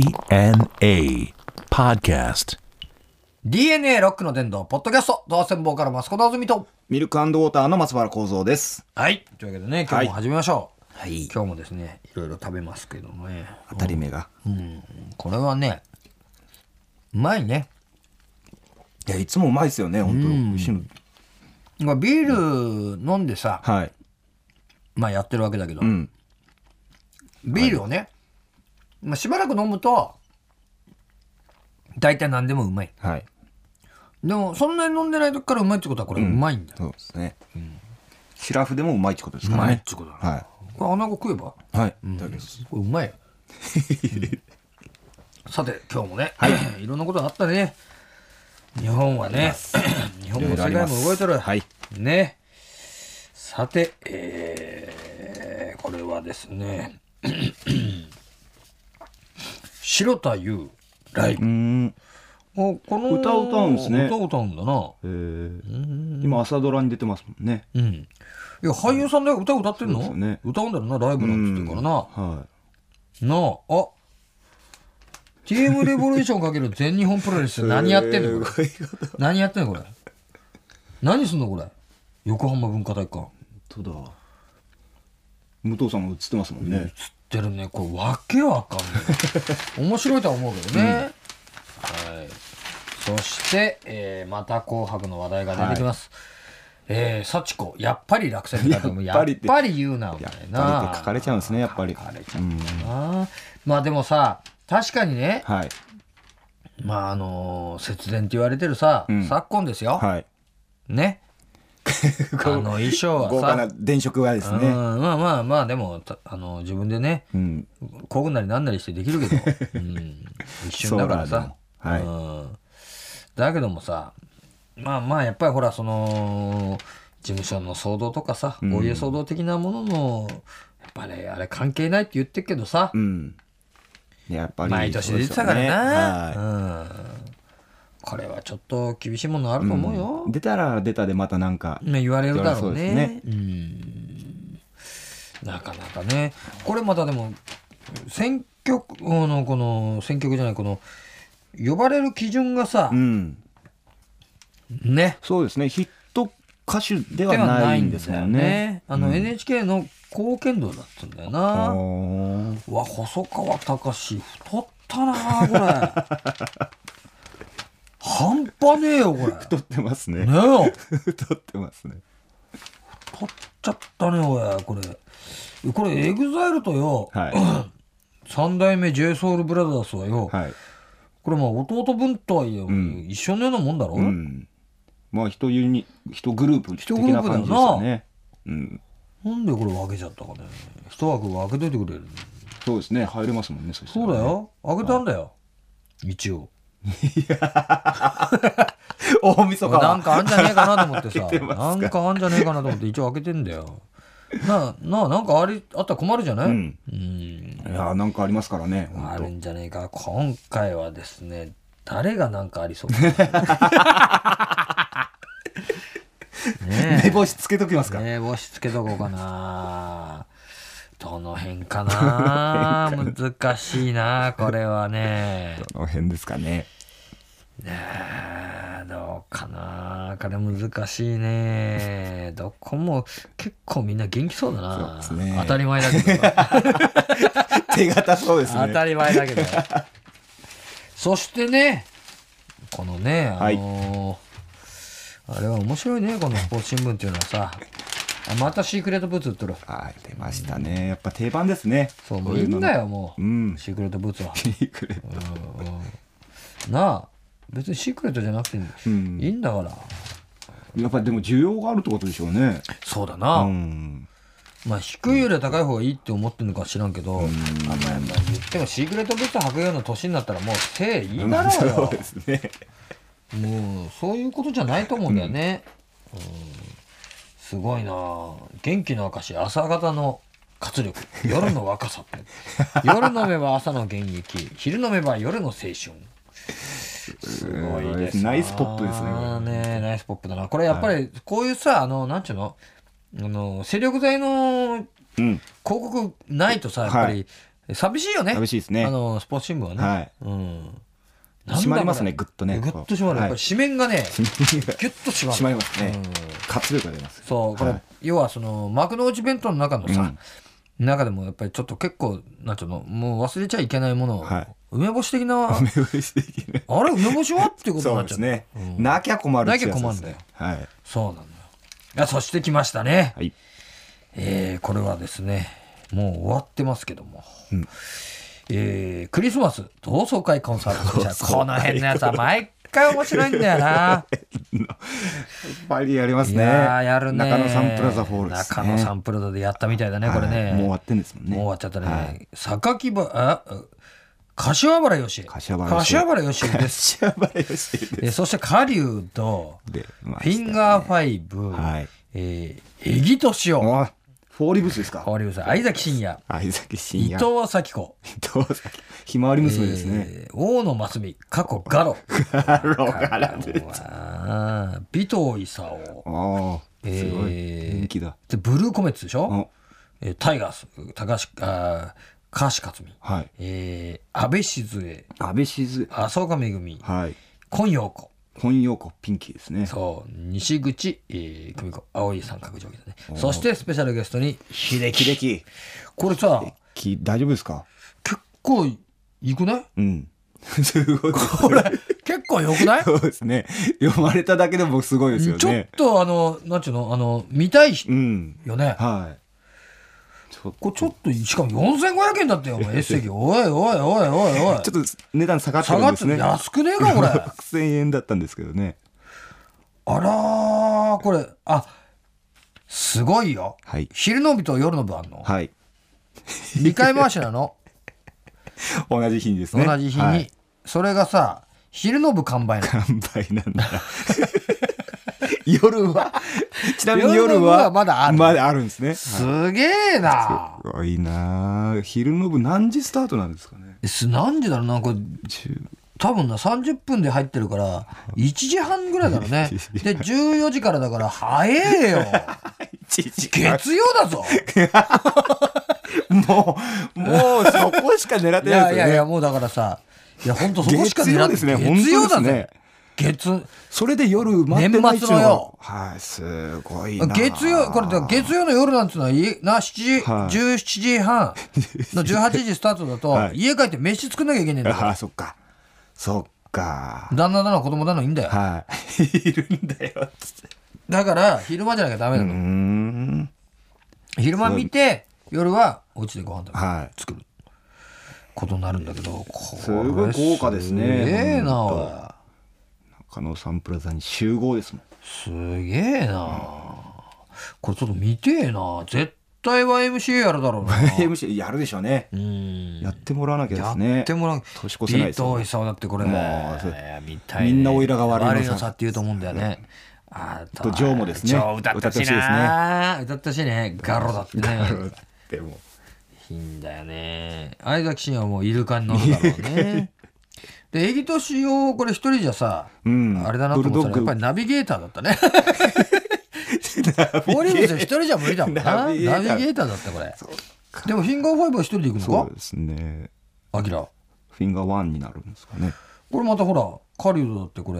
DNA Podcast. DNA ロックの伝道、ポッドキャスト、ドアセンボーからマスコダズミと。ミルクウォーターの松原幸三です。はい。というわけでね、今日もはい始めましょう。はい今日もですね、いろいろ食べますけどもね。当たり目が。これはね、うまいね。いや、いつもうまいですよね、本当美味しいの。まあビール飲んでさ、はい。まあやってるわけだけど、うん。ビールをね、まあしばらく飲むと、大体何でもうまい。はい。でも、そんなに飲んでない時からうまいってことはこれうまいんだよ。そうですね。シラフでもうまいってことですうからまいっね。てことだね。はこれ穴子食えばい。はい。いただきますこれうまいよさて今日もね、 い、ろんなことがあったね日本はね 日本も世界も動いてるはい。ねさて、えーこれはですね 白田優ライうーブん。もうこの歌歌うんですね歌歌うんだなえー今、朝ドラに出てますもんね。うんいや俳優さんで歌歌ってんの、そうですよね歌うんだろうなライブなんつってるからな、はなあ、あ TM レボリューションかける全日本プロレス何やってんのこれ。何やってんのこれ。何すんのこれ。横浜文化体育館。い。とだ。武藤さんが映ってますもんね。つってるね。これわけわかんない。面白いとは思うけどね。はい。そして、えーまた紅白の話題が出てきます。えー、幸子、やっぱり落選だと思う。ややっぱっりってぱり言うな、お前やっぱりってな。書かれちゃうんですね、やっぱり。書かれちゃう。うんなまあでもさ、確かにね、はい。まああの節電って言われてるさ、うん昨今ですよ、はい。 ねあの衣装は豪華さな電飾がですうんね。まあまあまあでもたあの自分でねうん。工具なりなんなりしてできるけ ど、うん、一瞬だからさ、ソーラーでうん、だけどもさまあまあやっぱりほらその事務所の騒動とかさ、んこういう騒動的なもののやっぱりあれ関係ないって言ってるけどさ、うん。やっぱり。毎年出てたからな、うん、これはちょっと厳しいものあると思うよ、出たら出たでまたなんか、ね、言われるだろうね言われそううんなかなかねこれまたでも選挙区のこの選挙区じゃないこの呼ばれる基準がさう、ん、ねそうですねヒット歌手ででははなないいんんでですすもよねんねあの NHK の貢献度だったんだよな、おーうわ細川隆史太ったなこれ 半端ねえよこれ太ってますねねえ太ってますね取っちゃったねおいこれこれエグザイルとよ、は三代目 j ソ o ルブラザーズはよ、い、はいこれまあ弟分とはいえ、ん一緒のようなもんだろ、うん、まあ一ユニ一グループ的な感じでしたねうんなんでこれ分けちゃったかね一枠分けといてくれるそうですね入れますもんねそしたらそうねだよ分けたんだよ、一応大晦日なんはかあんじゃねえかなと思って 開さけてますなんかあんじゃねえかなと思って一応開けてんだよなあなあなんかありあったら困るじゃない、うんうんいやーなんかありますからねある本んじゃねえか今回はですね誰がなんかありそうか 当ね星つけときますえ目星つけとこうかなどの辺かな 難しいなこれはねこの辺ですかねあーどうかなこれ難しいねどこも結構みんな元気そうだなそうですね当たり前だけど手堅そうですね当たり前だけど そしてねこのねあはいのーあれは面白いねこのスポーツ新聞っていうのはさあまたシークレットブーツ売ってるはい出ましたねやっぱ定番ですねそうこもういいいのんだよもう、うん シークレットブーツはシークレットなあ別にシークレットじゃなくていい,、うんいいんだからやっぱりでも需要があるってことでしょうね。そうだな、うん。まあ低いよりは高い方がいいって思ってるのか知らんけど、あんまあまあ言ってもシークレットブーツ履くような年になったらもうせいいだろうよ、 そうですね。もうそういうことじゃないと思うんだよね、うん、すごいなあ元気の証朝方の活力夜の若さって 夜飲めば朝の現役昼飲めば夜の青春すごいですなナイスポップですねこれねナイスポップだなこれやっぱりこういうさ、あのなんちゅうのあの精力剤の広うん。告ないとさやっぱり、寂しいよね。寂しいですねあの、スポーツ新聞はね。はいうん。締まりますねなんだぐっとこれねぐっと締まる。やっぱり紙面が ね、ぎゅっと締まる。締まりますねうん活力が出ますそう、これ、はい要はその幕の内弁当の中のさ、中でもやっぱりちょっと結構、なんていうの、もう忘れちゃいけないものを、はい梅干し的 な、目上していけないあれ、梅干しはっていうことにそなうっでちゃう。すねなきゃ困るってやつですなきねはいそうなんだよ。いや、そして来ましたね。はいえーこれはですね、もう終わってますけども。えークリスマス同窓会コンサートスペシャルこの辺のやつは毎回面白いんだよ な。バリやりますいねやーやるね。中野サンプラザホールですね中野サンプラザでやったみたいだね、これはね。いもう終わってんですもんねもう終わっちゃったね。は榊ば、あ、あ柏原よし。柏原芳恵柏原よしです。シ ャバレをしてるえそして狩人と、でまあフィンガーファイブ、はいえー、エギトシオ、あフォーリブスですか変わりません。相崎真也、相崎真伊也藤咲子、伊藤崎ひまわり娘ですねえー大野真澄、過去ガロ、 ガロガラであー尾藤勲、ああえーすごい人気だでブルーコメッツでしあょ、えータイガース、高橋、あー高橋克実、はいえー、安倍静江、安倍静浅岡めぐみ、はい今陽子、本陽子ピンキーですねそう、西口、えー、久美子、青い三角定規だね。そしてスペシャルゲストに、秀樹歴これさ、き大丈夫ですか結構い くねうんすごいこれ、結構よくないそうですね読まれただけでもすごいですよちょっねとあの、なんちゅうの、あの、見たい人うんよね。はいちょっこれちょっと、しかも4500円だってよ、お前エッセ イおいおいおいおいおい。とちょっと値段下がって下るがっんでてするね安くねえ か、これ。あ6000円だったんですけどねらー、これ、あ、すごいよ。はい昼の部と夜の部あんのはい ?2 回回しなの同じ日に ですね同じ日に、はいそれがさ昼の部完売 なの完売なんだ 夜は ちなみに夜夜の部ははまだあるまだあるんですねすげえなすごいなあ昼の部何時スタートなんですかねえす何時だろうなんか10多分な30分で入ってるから1時半ぐらいだろう ねで14時からだから早えよ月曜だぞもうもうそこしか狙っいてないやですよねいやいやもうだからさいや本当そこしか狙って月曜ですね月曜だ本当ですぜね月それで夜待ってないって年いう末ののよがはいすごいなあ月曜これだから月曜の夜なんてのはいな7時、はい17時 半の18時スタートだと、はい家帰って飯作んなきゃいけねえんだからああそっかそっか旦那だの子供だのいいんだよ。はいいるんだよつってだから、昼間じゃなきゃダメなうーの。ん昼間見て、夜はお家でご飯食べるはい作ることになるんだけど、すごい豪華ですねすげえな、本当おい中野サンプラザに集合です もんすげえな。これちょっと見てえな。絶対 YMCA やるだろうな。 MC やるでしょうねうん。やってもらわなきゃですねやってもらう。年越せないですよ尾藤勲だってこれもうそう見たいねみんなおいらが悪いのさ悪いのさって言うと思うんだよね。あととジョーもですねジョー歌ってほしい歌ってほしいですな。歌ってほしいね。ガロだってね。でもいいんだよね。相崎真也はもうイルカに乗るだろう ね。で、エギトシをこれ一人じゃさ、うんあれだなと思ったら、ブやっルドッグぱりナビゲーターだった ね。フォーリーブス一人じゃ無理だもんな。ナナビビゲゲーターーターだったこれ。でもフィンガーファイブは一人で行くそのうですねかアキラ。フィンガーワンになるんですかね これまたほら、カリウドだってこれ、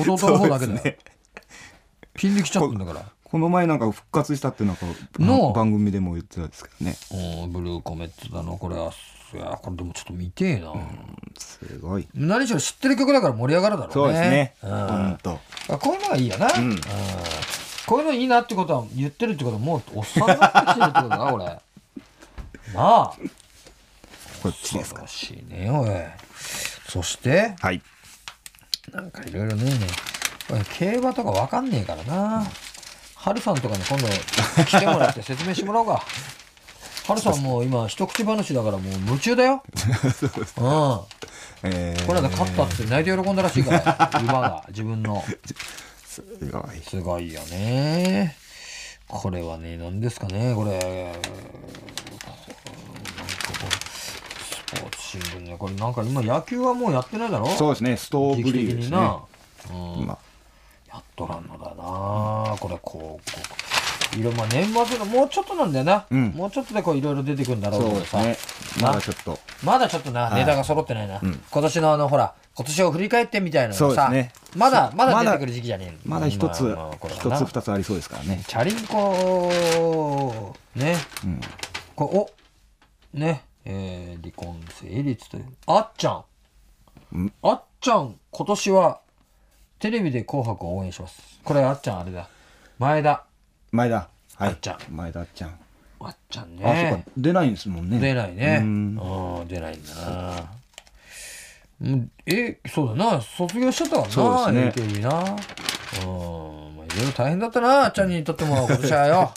弟の方だけだよ。ピンできちゃったんだから。この前なんか復活したってなんかの番組でも言ってたんですけどねおーブルーコメットだの、これは。いやーこれでもちょっと見てえな、すごい何しろ知ってる曲だから盛り上がるだろうねそうですねううんんとあこういうのがいいよな、うんんこういうのいいなってことは言ってるってことはもうおっさんになってきてるってことだな 俺なあこっちで恐すかろしいねおいそしてはい なんかいろいろね俺競馬とかわかんねえからなハルさんとかに今度来てもらって説明してもらおう かハルさんもう今一口話だからもう夢中だようんえーこれだ勝ったって泣いて喜んだらしいから馬が自分のすごいすごいよね。これはね、何ですかね、これ。なんかこうスポーツ新聞ね、これなんか今野球はもうやってないだろそうですねストー時ブ期リー的グでにすねな。うん今やっとらんのだなこれ広告。いろいろまあ年末がもうちょっとなんだよな、うんもうちょっとでこういろいろ出てくるんだろうけそうどですさ、ね。まだちょっと。まだちょっとな、いネタが揃ってないな、ん今年のあのほら今年を振り返ってみたいなのそうでさ、すねまだまだま出だてくる時期じゃねえのまだ一つ、まあまあこれは一なつ二つありそうですからね。チャリンコね、んこおねえー離婚成立というあっちゃんんあっちゃん今年はテレビで「紅白」を応援しますこれあっちゃんあれだ前田前田。はあっいちゃ。前田あっちゃん。あっちゃんあ、そうねか。出ないんですもんね。出ないねううんん出ないんだなうんえそうだな卒業しちゃったからなそうですね AKB なうんまあいろいろ大変だったなあっちゃんにとっても今年はよ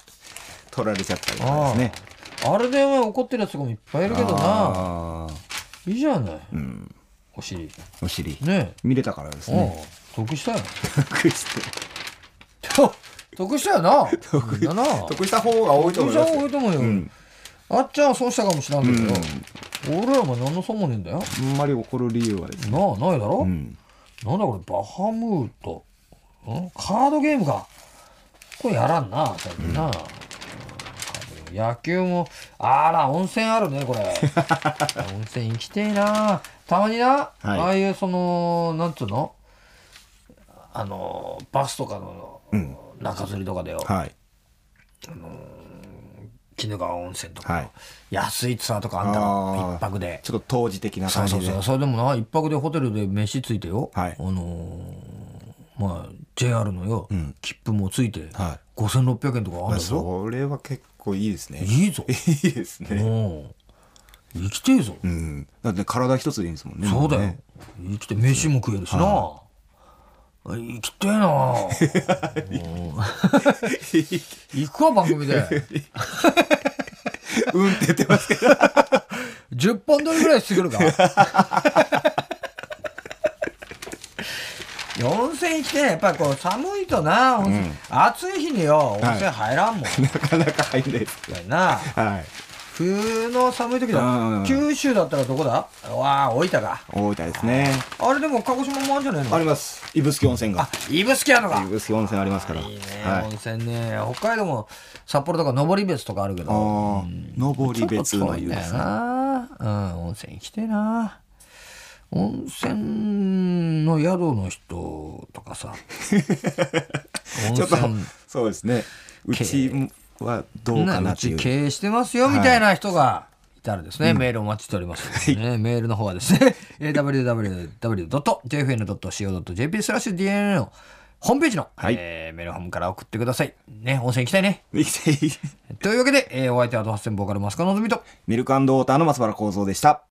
取られちゃったりとかですね。あれで怒ってるやつとかもいっぱいいるけどなあーいいじゃないうん。お尻お尻。ね見れたからですえ、ね。うん得したよ 得して。と得したよな得だな得得した方が多いと思しいたま方すよがいいと思うよ、うん。あっちゃんはそうしたかもしれないけど、俺らも何の損もねえんだよあんまり怒る理由はですね。なあないだろ、うん。なんだこれバハムートんカードゲームかこれやらんな最近な、うんカードゲーム野球もあら温泉あるねこ れ温泉行きてえなたまにな、はいああいうそのなんつうのあのバスとかのうん。中吊りとかでよ、はい。鬼怒川温泉とか、はい。安いツアーとかあんだあろー一泊でちょっと当時的なそ感うそじうでそう。それでもな一泊でホテルで飯ついてよ、はいあのーまあ JR のよ、ん切符もついて、は5600円とかあるまあんだよそれは結構いいですね。いいぞいいですうね。ん生きてえぞ、うん。だって体一つでいいんですもんね。そうだよ、もね生きて飯も食えるしな、生き てえなうん 行くわ番組 でうんって言ってますけど。 10本取りぐらいしてく るかいや温泉行きてねやっぱりこう寒いとな、温泉暑い日によ温泉入らんもん、なかなか入んないです。やっぱり なはい。冬の寒い時だうん九州だったらどこだうわあ大分か大分ですね。あれでも鹿児島もあるんじゃないのあります。指宿温泉が。指宿やのか指宿温泉ありますから。いいね、温はい。泉ね北海道も札幌とか登別とかあるけあどあ、登別のちょっと遠いん湯だでよすね。な、うん、温泉行きてえな温泉の宿の人とかさ温 ちょっと泉、そうですね。うちはどうかなうってちいう。経営してますよみたいな人がいたらですね、メールお待ちしております、ね、メールの方はですね www.jfn.co.jp スラッシュ DNA のホームページの、はいえーメールホームから送ってくださいね温泉行きたいね生き ていい。というわけで、えーお相手はドハッセンボーカルマスカのぞみとミルクウォーターの松原幸三でした。